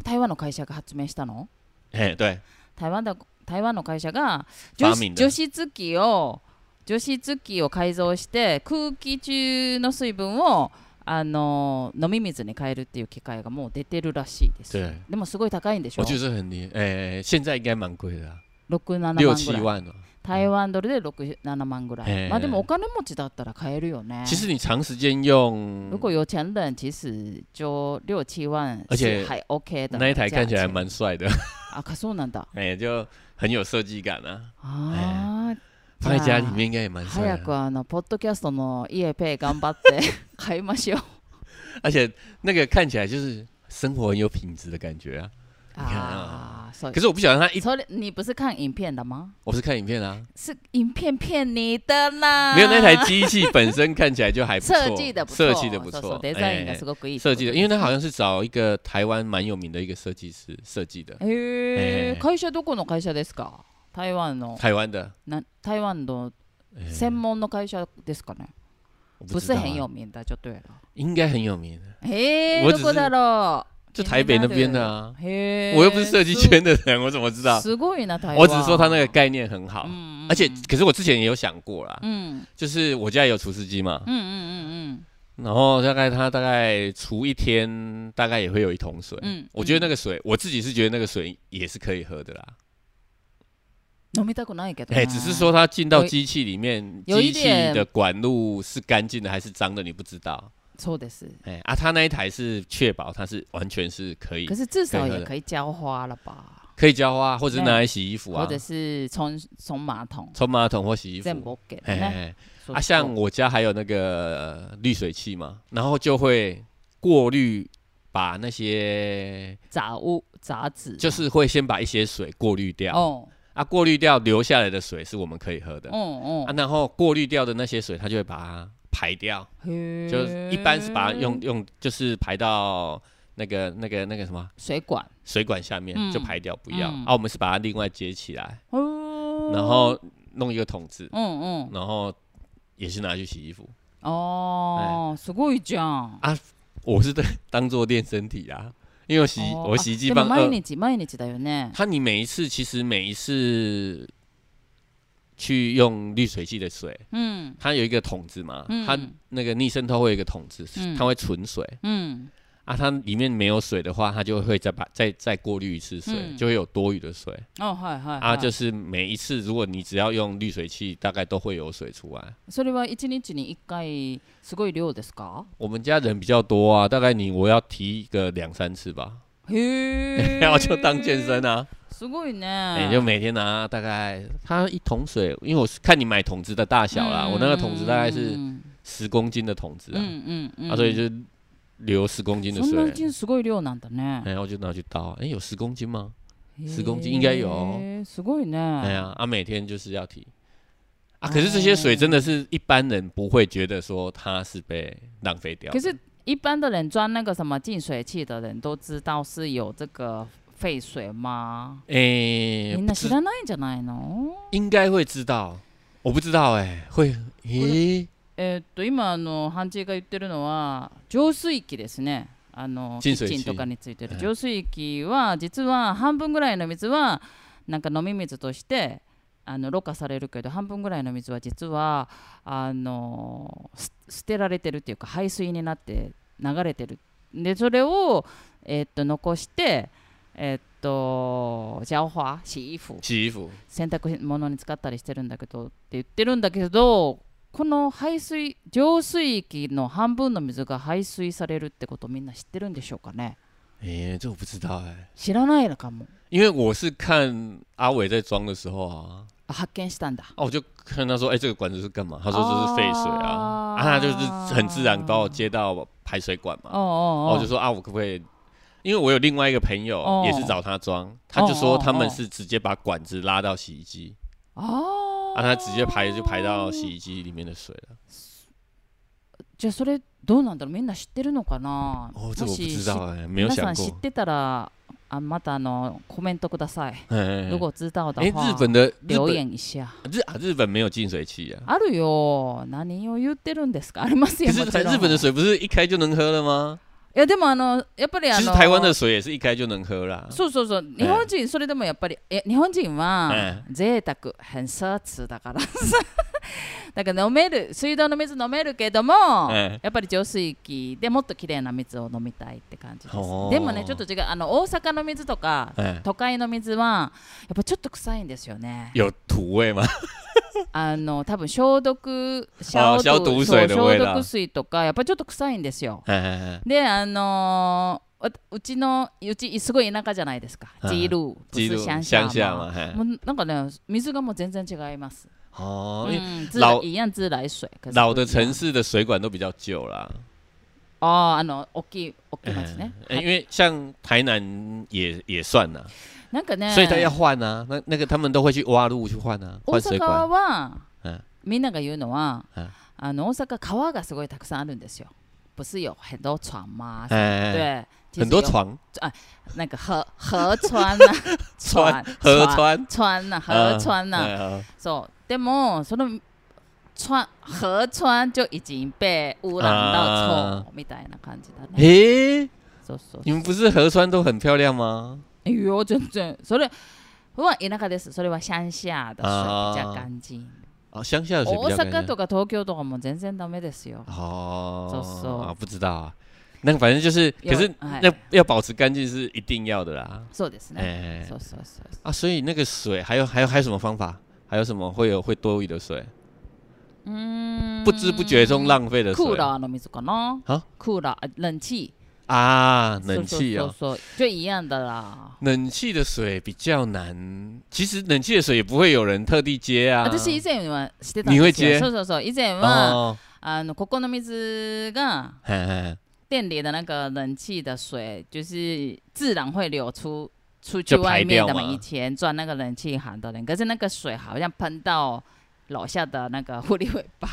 台湾の会社が発明したの？
嘿，对，
台湾だ台湾の会社が
バ
除
ーミ
湿
ンダム
除湿機を除湿機を改造して空気中の水分をあの飲み水に変えるっていう機械がもう出てるらしいです。
对，
でもすごい高いんでしょ
我觉得这很厉害，哎、现在应该蛮贵的、啊，
?6、7万
六七
ぐらい。
万哦、
台湾ドルで6、7万ぐら
へえ
い。まあでもお金持ちだったら買えるよね。
其实你长时间用
如果有钱人，其实就六七万，
而且
还 OK 的。
那一台看起来
价钱
蛮帅的，
啊，可是我难的
哎、就很有设计感啊，
啊，
放在家里面应该也蛮
早
帅的啊，
くあのポッドキャストの EAP 頑張って 買いましょう。
而且那个看起来就是生活很有品质的感觉啊。看
啊，
啊
所
可
以
是我不喜欢他一，
所以你不是看影片的吗？
我是看影片啊，
是影片骗你的啦。
没有那台机器本身看起来就还不错，
啊设计的不错，
设计的不
そうそう
错，
デザインが
哎
すごくいい。
设计的，因为他好像是找一个台湾蛮有名的一个设计师设计的，
え
え
ー会社どこの会社ですか？台湾の
台湾的，
な台湾の
哎
専門の会社ですかね？
我
不
知
是
道啊
很有名的就对了。
应该很有名，
え
我
ー、
只
どこ
是
だろう？
就台北那边的啊，
へー
我又不是设计圈的人，我怎么知道？
すごいな台湾。
我只是说他那个概念很好，
嗯，嗯
而且可是我之前也有想过啦，
嗯
就是我家有厨师机嘛
嗯嗯，嗯
然后大概它大概除一天，大概也会有一桶水
嗯。嗯，啊
我觉得那个水，我自己是觉得那个水也是可以喝的啦。
嗯飲みたくないけど
哎、
ね。
只是说它进到机器里面，
有
机
一
器
点
的管路是干净的还是脏的，你不知道。
そうです。
哎、啊，它那一台是确保它是完全是可以
可是至少也可以浇花了吧，
可以浇花，或者是拿来洗衣服
或
啊
者，是冲冲马桶，
冲马桶或洗衣服。
全部 OK
哎、
ね。
哎
そうそう
啊，像我家还有那个、呃滤水器嘛，然后就会过滤，把那些
杂物杂质，
就是会先把一些水过滤掉。
哦，
啊，过滤掉留下来的水是我们可以喝的、
嗯
啊，
嗯，
然后过滤掉的那些水，它就会把它排掉，
へー
就是一般是把它用用就是排到那个那个那个什么
水管，
水管下面、
嗯
就排掉，不要、
嗯
啊，我们是把它另外接起来，
哦
然后弄一个桶子，
嗯嗯，
然后也是拿去洗衣服。
哦，すごいじゃん。
我是对当做练身体啊，因为我洗、
哦
我洗衣机
あで
放
も毎
二，
日毎日だよね。
它你每一次其实每一次去用滤水器的水，
嗯
它有一个桶子嘛，
嗯
它那个逆渗透会有一个桶子，
嗯
它会存水
嗯
啊。它里面没有水的话，它就会再把再再过滤一次水，
嗯
就会有多余的水
哦はいはい、はい、
啊。就是每一次，如果你只要用滤水器，大概都会有水出来。
それは一日に一回すごい量ですか？
我们家人比较多啊，大概你我要提个两三次吧，
へ
然后就当健身啊，
すごいね。
你、就每天拿大概它一桶水，因为我是看你买桶子的大小啦，我那个桶子大概是
嗯
十公斤的桶子啊，
嗯嗯嗯，
啊，所以就流十公斤的
そんな
水
う。ちにすごい量なんだね。
然后就拿去倒，哎、有十公斤吗？十公斤应该有哦
へーすごいね。
哎呀、啊，每天就是要提
哎
啊。可是这些水真的是一般人不会觉得说它是被浪费掉的。
可是一般的人装那个什么净水器的人都知道是有这个废水吗？
哎、
みんな
不
知
知
らないんじゃないの？
应该会知道，我不知道哎、会咦、
えーっと今あのハンチーが言ってるのは浄水器ですね。あのキ
浄水
ッ
器
チンとかについてる
はい
浄水器は実は半分ぐらいの水はなんか飲み水としてあのろ過されるけど半分ぐらいの水は実はあのす捨てられてるっていうか排水になって流れてるでそれを、えーっと残してえーっとジャオ花洗衣服
洗衣服
洗濯物に使ったりしてるんだけどって言ってるんだけどこの排水浄水域の半分の水が排水されるってことみんな知ってるんでしょうかね
哎、这我不知道哎、
知らないのかも
因为我是看阿伟在装的时候啊，
あ発見したんだ
啊，我就看他说，哎、这个管子是干嘛？他说这是废水
哦
啊，啊，他就是很自然把我接到排水管嘛
お。うおう
然后我
おう
就说啊，我可不可以？因为我有另外一个朋友
哦
也是找他装，他就
哦
说
哦
他们是直接把管子拉到洗衣机，
あ
啊，他直接排就排到洗衣机里面的水了。
じゃあそれどうなんだろうみんな知ってるのかなも，
哦这我不
し
知
知
道哎、没有
皆さん
想
知っ
过。
てたらあまたあのコメントください。
嗯
如果知道的
哎、
话，
日本的日
留
本
言一下。
日啊，日本没有净水器啊。
あるよ。何を言ってるんですか。ありますよ。
可是
も
台
ちろん
日本的水不是一开就能喝了吗？
いやでもあのやっぱりあ
其实
の
台湾的水也是一开就能喝啦。
そうそうそう日本人それでもやっぱりえ日本人は
え
贅沢偏差値だからさ だから飲める水道の水飲めるけども
え
やっぱり浄水器でもっと綺麗な水を飲みたいって感じです
おー
でもねちょっと違うあの大阪の水とか
哎，
都会の水はやっぱちょっと臭いんですよね
有土味吗？
あの多分消毒
あー消毒水の
そう
上
消
だ
毒水とかやっぱちょっと臭いんですよ
哎哎哎
であのーわうちのうちすごい田舎じゃないですか、
はい
ジールー不
记
是
录
乡下
乡下
嘛
嘛，哎
もうなんかね水がもう全然違います、
哦，因为
うん、自
老
来一样自来水可是
老
不一
的
样
城市的水管都比较旧啦。
あーあの大きい大きい町ね
嗯、哎因为像台南也也算呐，
なんかね
所以他要换啊，那那个他们都会去挖路去换啊，
大
换水
阪
管。
は、
うん
みんなが言うのは、
うん
あの大阪川がすごいたくさんあるんですよ不是有很多船吗？
哎哎，哎
对，其实
很多
有
床
那个河河川呐、
川
船
河川
川呐、河川呐、
嗯嗯
そうでもその川河川就已经被污染到
あ
臭みたいな感じだね。
诶、
そうそう
你。们不是河川都很漂亮吗？
えいや全然それは田舎です。それは乡下だ
あー
し、じゃ干净。
啊，乡下的水
大
比较干净
阪とか東京とかも全然ダメですよ。
哦，
走走
啊，不知道啊。那反正就是，
有
可是
哎
那要保持干净是一定要的啦。
そうですね。
哎
そうそうそう。
啊，所以那个水还有还有还有什么方法？还有什么会有会多余的水？
うーん
不知不觉中浪费的
クー
水
ラーの水かな
あ
クーラー、冷气。
啊，冷气
そう
啊，
そうそうそう。就一样的啦。
冷气的水比较难。其实冷气的水也不会有人特地接啊。
私以前はしてたんですよ。
におい系
そうそうそう。以前は、
哦，
あのここの水が
嘿嘿
店里的那个冷气的水，就是自然会流出出去
就
外
排
面
掉
的嘛。
嘛
以前赚那个冷气行的人，可是那个水好像喷到楼下的那个狐狸尾巴，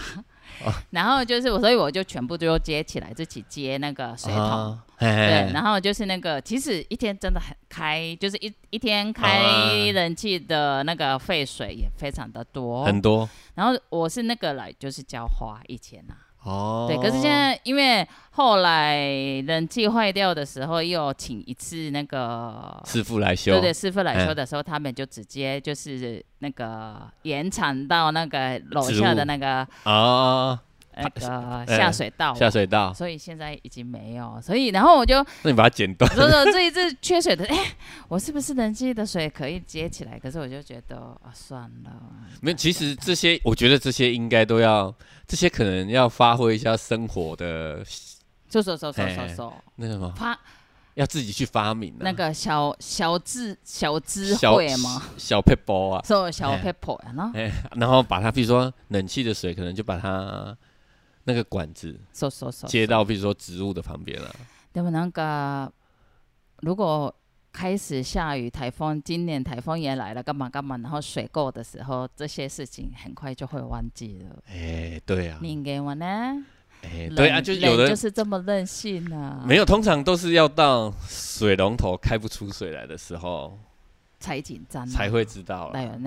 哦
然后就是我，所以我就全部都接起来，自己接那个水桶。
啊嘿嘿
对，
嘿
然后就是那个，其实一天真的很开，就是一一天开
啊
冷气的那个废水也非常的多，
很多
然后我是那个来就是浇花以前啊，
哦。
对，可是现在因为后来冷气坏掉的时候，又请一次那 个。
师傅来
对
修，
对，师傅来
嗯
修的时候，他们就直接就是那个延长到那个楼
植
下
物
的那 个
啊，
那个
哎
下水道，
下水道，
所以现在已经没有。所以然后我 就
那你把它剪断。
说说这一次缺水的，哎，我是不是冷气的水可以接起来？可是我就觉得啊，算了。
没有，其实这些我觉得这些应该都要，这些可能要发挥一下生活的
收收收收收
哎
收，
那个什么，
啪，
要自己去发明、啊、
那个小小智小智
小
慧吗？
小 p e p l 啊，
そう、小
哎
pepper やな。
哎、然后把它，比如说冷气的水，可能就把它那个管子
そうそうそう。
接到，比如说植物的旁边啊。
でもなんか、如果开始下雨，台风，今年台风也来了，干嘛干嘛，然后水垢的时候，这些事情很快就会忘记了。
哎、对啊，
人間はね，
哎、对啊，
人
就是有
人
的
就是这么任性啊，
没有，通常都是要到水龙头开不出水来的时候
才紧张啊，
才会知道
だ
了。
よ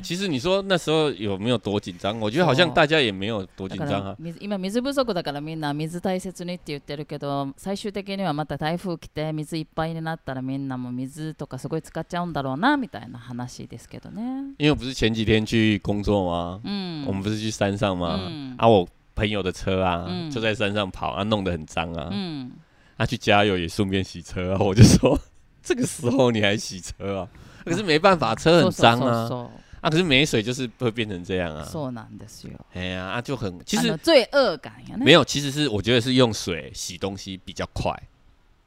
ね。
其实你说那时候有没有多紧张？我觉得好像
そう
大家也没有多紧
だか
张
ら
啊。
水今水不足だからみんな水大切にって言ってるけど最終的にはまた台風来て水いっぱいになったらみんなも水とかすごい使っちゃうんだろうなみたいな話ですけどね。
因为我不是前几天去工作吗？
嗯，
我们不是去山上吗？
嗯
啊，我朋友的车啊，
嗯
就在山上跑啊，弄得很脏啊。
嗯，
他、去加油也顺便洗车啊，我 就说这个时候你还洗车啊？可是没办法，车很脏啊。
そう
啊，可是没水就是会变成这样
そうそう
啊。
そうなんですよ。
哎呀、啊，就很其
あ
实
の罪恶感やね。
没有，其实是我觉得是用水洗东西比较快。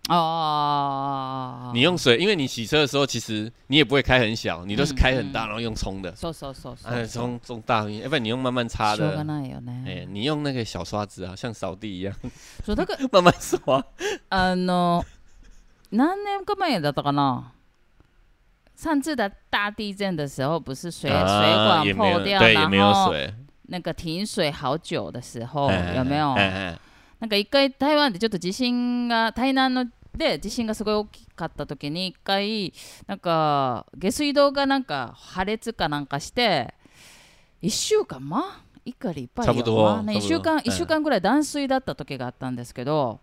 哦ああ。
你用水，因为你洗车的时候，其实你也不会开很小，你都是开很大，
嗯
然后用冲的，
そうそうそうそう。
哎、冲冲大力，要不然你用慢慢擦
しょう
的
が。ないよ
哎、
ね。
你用那个小刷子啊，像扫地一样
そうだから
慢慢刷。
あの何年か前だったかな。上次的大地震的时候，不是水、
啊
水
也
管
没有
破掉，
对，也
然
没有
后
水。
那个停水好久的时候，
哎
哦有没有？
哎哎
なんか一回台湾でちょっと地震が台南ので地震がすごい大きかった時に一回なんか下水道がなんか破裂かなんかして1週間まあ1か礼拜
差不多
まあね、
差
1週
不多
間
うん
一週間ぐらい断水だった时があったんですけど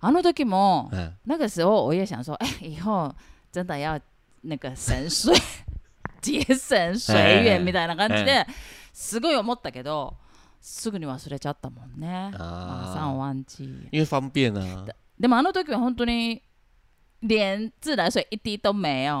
あの時も
嗯，
那个时候我也想说哎以后真的要那个省水 节省水源みたいな感じですごい思ったけどすぐに忘れちゃったもんね。马上
啊，
忘记。
因为方便啊，
でもあの時は本当に連自来水一滴都没有，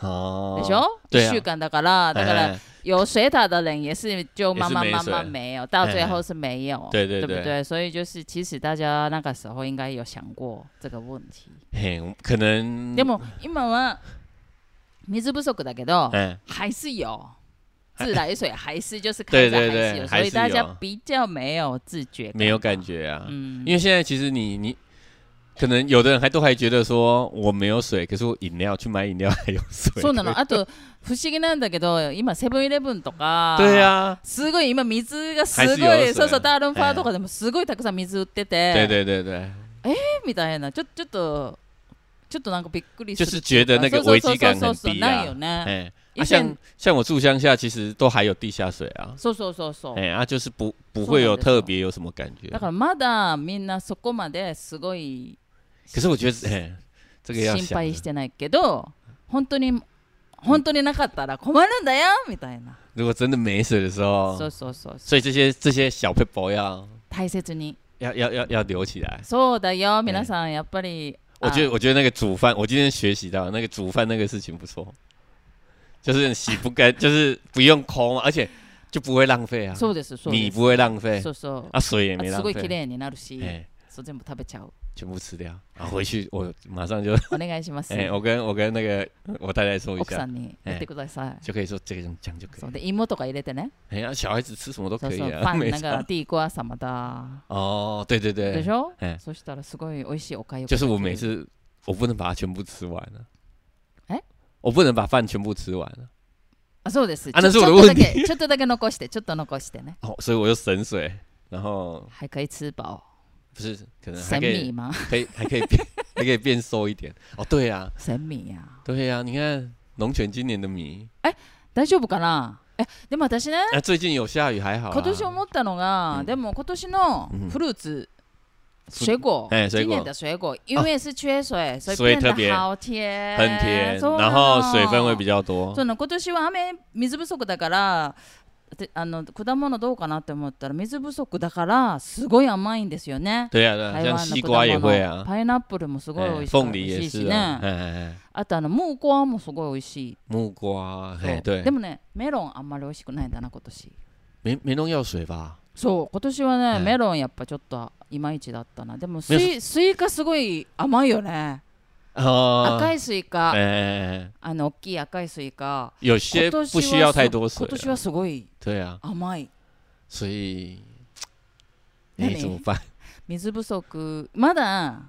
哦，
でしょ？
对
一
啊
週間だから、だから
哎，
有水塔的人也是就慢慢
也是没
慢
水
慢没有，到最后是没有，
对对
对
对
不对？所以就是其实大家那个时候应该有想过这个问题。
嘿，我们可能
で，も今は水不足だけど、
哎，
还是有。自来水还是就是开
对
始还
对
是有，所
对还
以
是
大家
有
比较没有自觉，
没有感，觉啊，
嗯，
因为现在其实你你。可能有的人还都还觉得说我没有水，可是我饮料去买饮料还有水。
そうなの。あと、不思議なんだけど、今、セブンイレブンとか、
对啊，
すごい今、水がす
排水
ご
用水
い、そうそう、ダーロンファーとかでもすごいたくさん水売ってて、
对对对对，
嗯みたいな、ちょちょっと、ちょっとなんかびっくりす
就
る。
是觉得那个
そう
危
そうそう
机感
そ
很
うそう
低
ない
啊
よ。ね。
哎、
以
啊、
前
像像我住乡下，其实都还有地下水啊，
そうそうそうそう。
哎、啊，就是不不
そうなん
会有
です
特
よ
别有什么感觉
だ。からまだみんなそこまですごい
可是我觉得，哎、这个要
心
想啊
配
的
し。てないけど、本当に、本当になかったら困るんだよみたいな。
如果真的没水的时候，
そうそうそうそう。
所以这些这些小 people 要
大切に。
要要要要留起来。
そうだよ、皆さん、やっぱり。
我
あ
觉得我觉得那个煮饭，我今天学习到那个煮饭那个事情不错，就是洗不干， 就是不用空，而且就不会浪费啊，
そうです、そう
米
です。
不会浪费
そうそう。
啊，水也没
あ
浪
すごい綺
费，
麗になるし
哎、、
そう全部食べちゃう。
全部吃掉啊，回去我马上就
お願いし ます。
哎、我跟我跟那个我太太说一
奥さ
下，
んにやってください。
就可以说这个人讲就可
そう
以。
で芋とか入れてね。
哎呀、小孩子吃什么都
そう
可以
そう。
啊，
パン
没
なんか
差。
ティーコア様だ。
哦，对对
で
对
し，ょ、
哎
そしたらすごい美味しいおかゆがで
就
きる。
是我每次我不能把它全部吃完了。
哎
我不能把饭全部吃完啊了，
あそうです。
あ那
ちょち
是我
ょっとだ
的问
けちょっとだけ残して、ちょっと残してね。
哦，所以我又省水，然后
はい、可以吃饱。
不是可能
神
还可
秘
以
吗？
可以 还可以变还可以变瘦一点。哦，对呀、啊，
神秘や。
对呀、啊，你看龙泉今年的米，
大丈夫かなえ、でも私ね、
啊，最近有下雨还好、啊。
今年思ったのが、
うん
でも今年の
うん
フルーツ、水果，
哎水
今
果
年的水果，因为是缺水，所以
所以
变
特别
得好甜，
很甜，
そうな
然
の
后水分会比较多
そ。うなの今年は雨水不足だから。であの果物どうかなって思ったら水不足だからすごい甘いんですよね。
对呀、啊，对、啊，
台
像
湾の
西
果
瓜也
物、
会啊，
パイナップルもすごい美味
哎
しい
凤梨
美
也
味しい
是
し
啊，
ね。
哎哎哎，
あとあの木瓜もすごい美味しい。
木瓜，
そう
哎，对
で，もねメロンあんまり美味しくないんだな今年。
没没弄药水吧？
そう今年はね、
うん
メロンやっぱちょっといまいちだったなでもス
メ
イスイカすごい甘いよね
哦，
赤いスイ
哎
カ、
哎，哎
あの大きい赤いスイカ
有
今
些
年
不
は
需要太
す
多水
今
啊、
年はすごい
对啊，
甘い
所以，
那
哎、
你
怎么办？
水不足まだ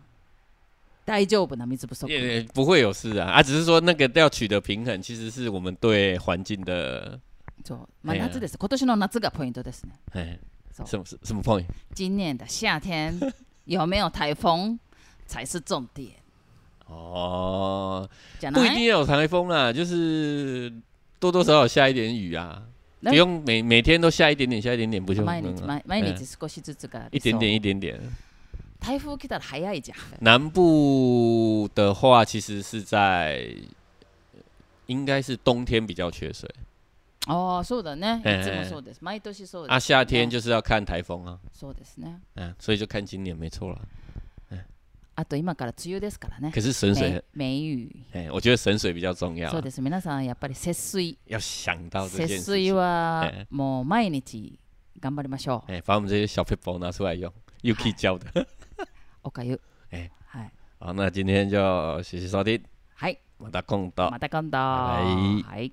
大丈夫な水不足
也也不会有事啊，啊，只是说那个要取得平衡，其实是我们对环境的，
そうまあ
ええ
夏です今年の夏がポイントですね
哎
走，
什么什什么 point？
今年的夏天有没有台风才是重点
哦，
じゃ
不
な
一
い
定要有台风啦，就是多多少少下一点雨啊，
那
不用每每天都下一点点，下一点点不就
毎
很
日
了吗？
毎毎日少しずつが理
一
想
点点一点点。
台風来たら早いじゃん
南部的话，其实是在应该是冬天比较缺水
ああそうだね。い
ええ
つもそうです。毎年そうです。
啊，夏天就是要看台风啊，
そうですね。
嗯、所以就看今年没错啦。
あと今から梅雨ですからね。
可是省水很
梅雨。
哎、我觉得省水比较重要啊、
そうです。皆さんやっぱり節水。
要想到这件
節
事
水
情，
は
ええ
もう毎日頑張りましょう。
哎、把我们这些小 people 拿出来用，Yuki 教的。
おかゆ。
ええ
はい。
好，那今天就谢谢收听，
はい。
马达空到。
また今度。
バイ
はい。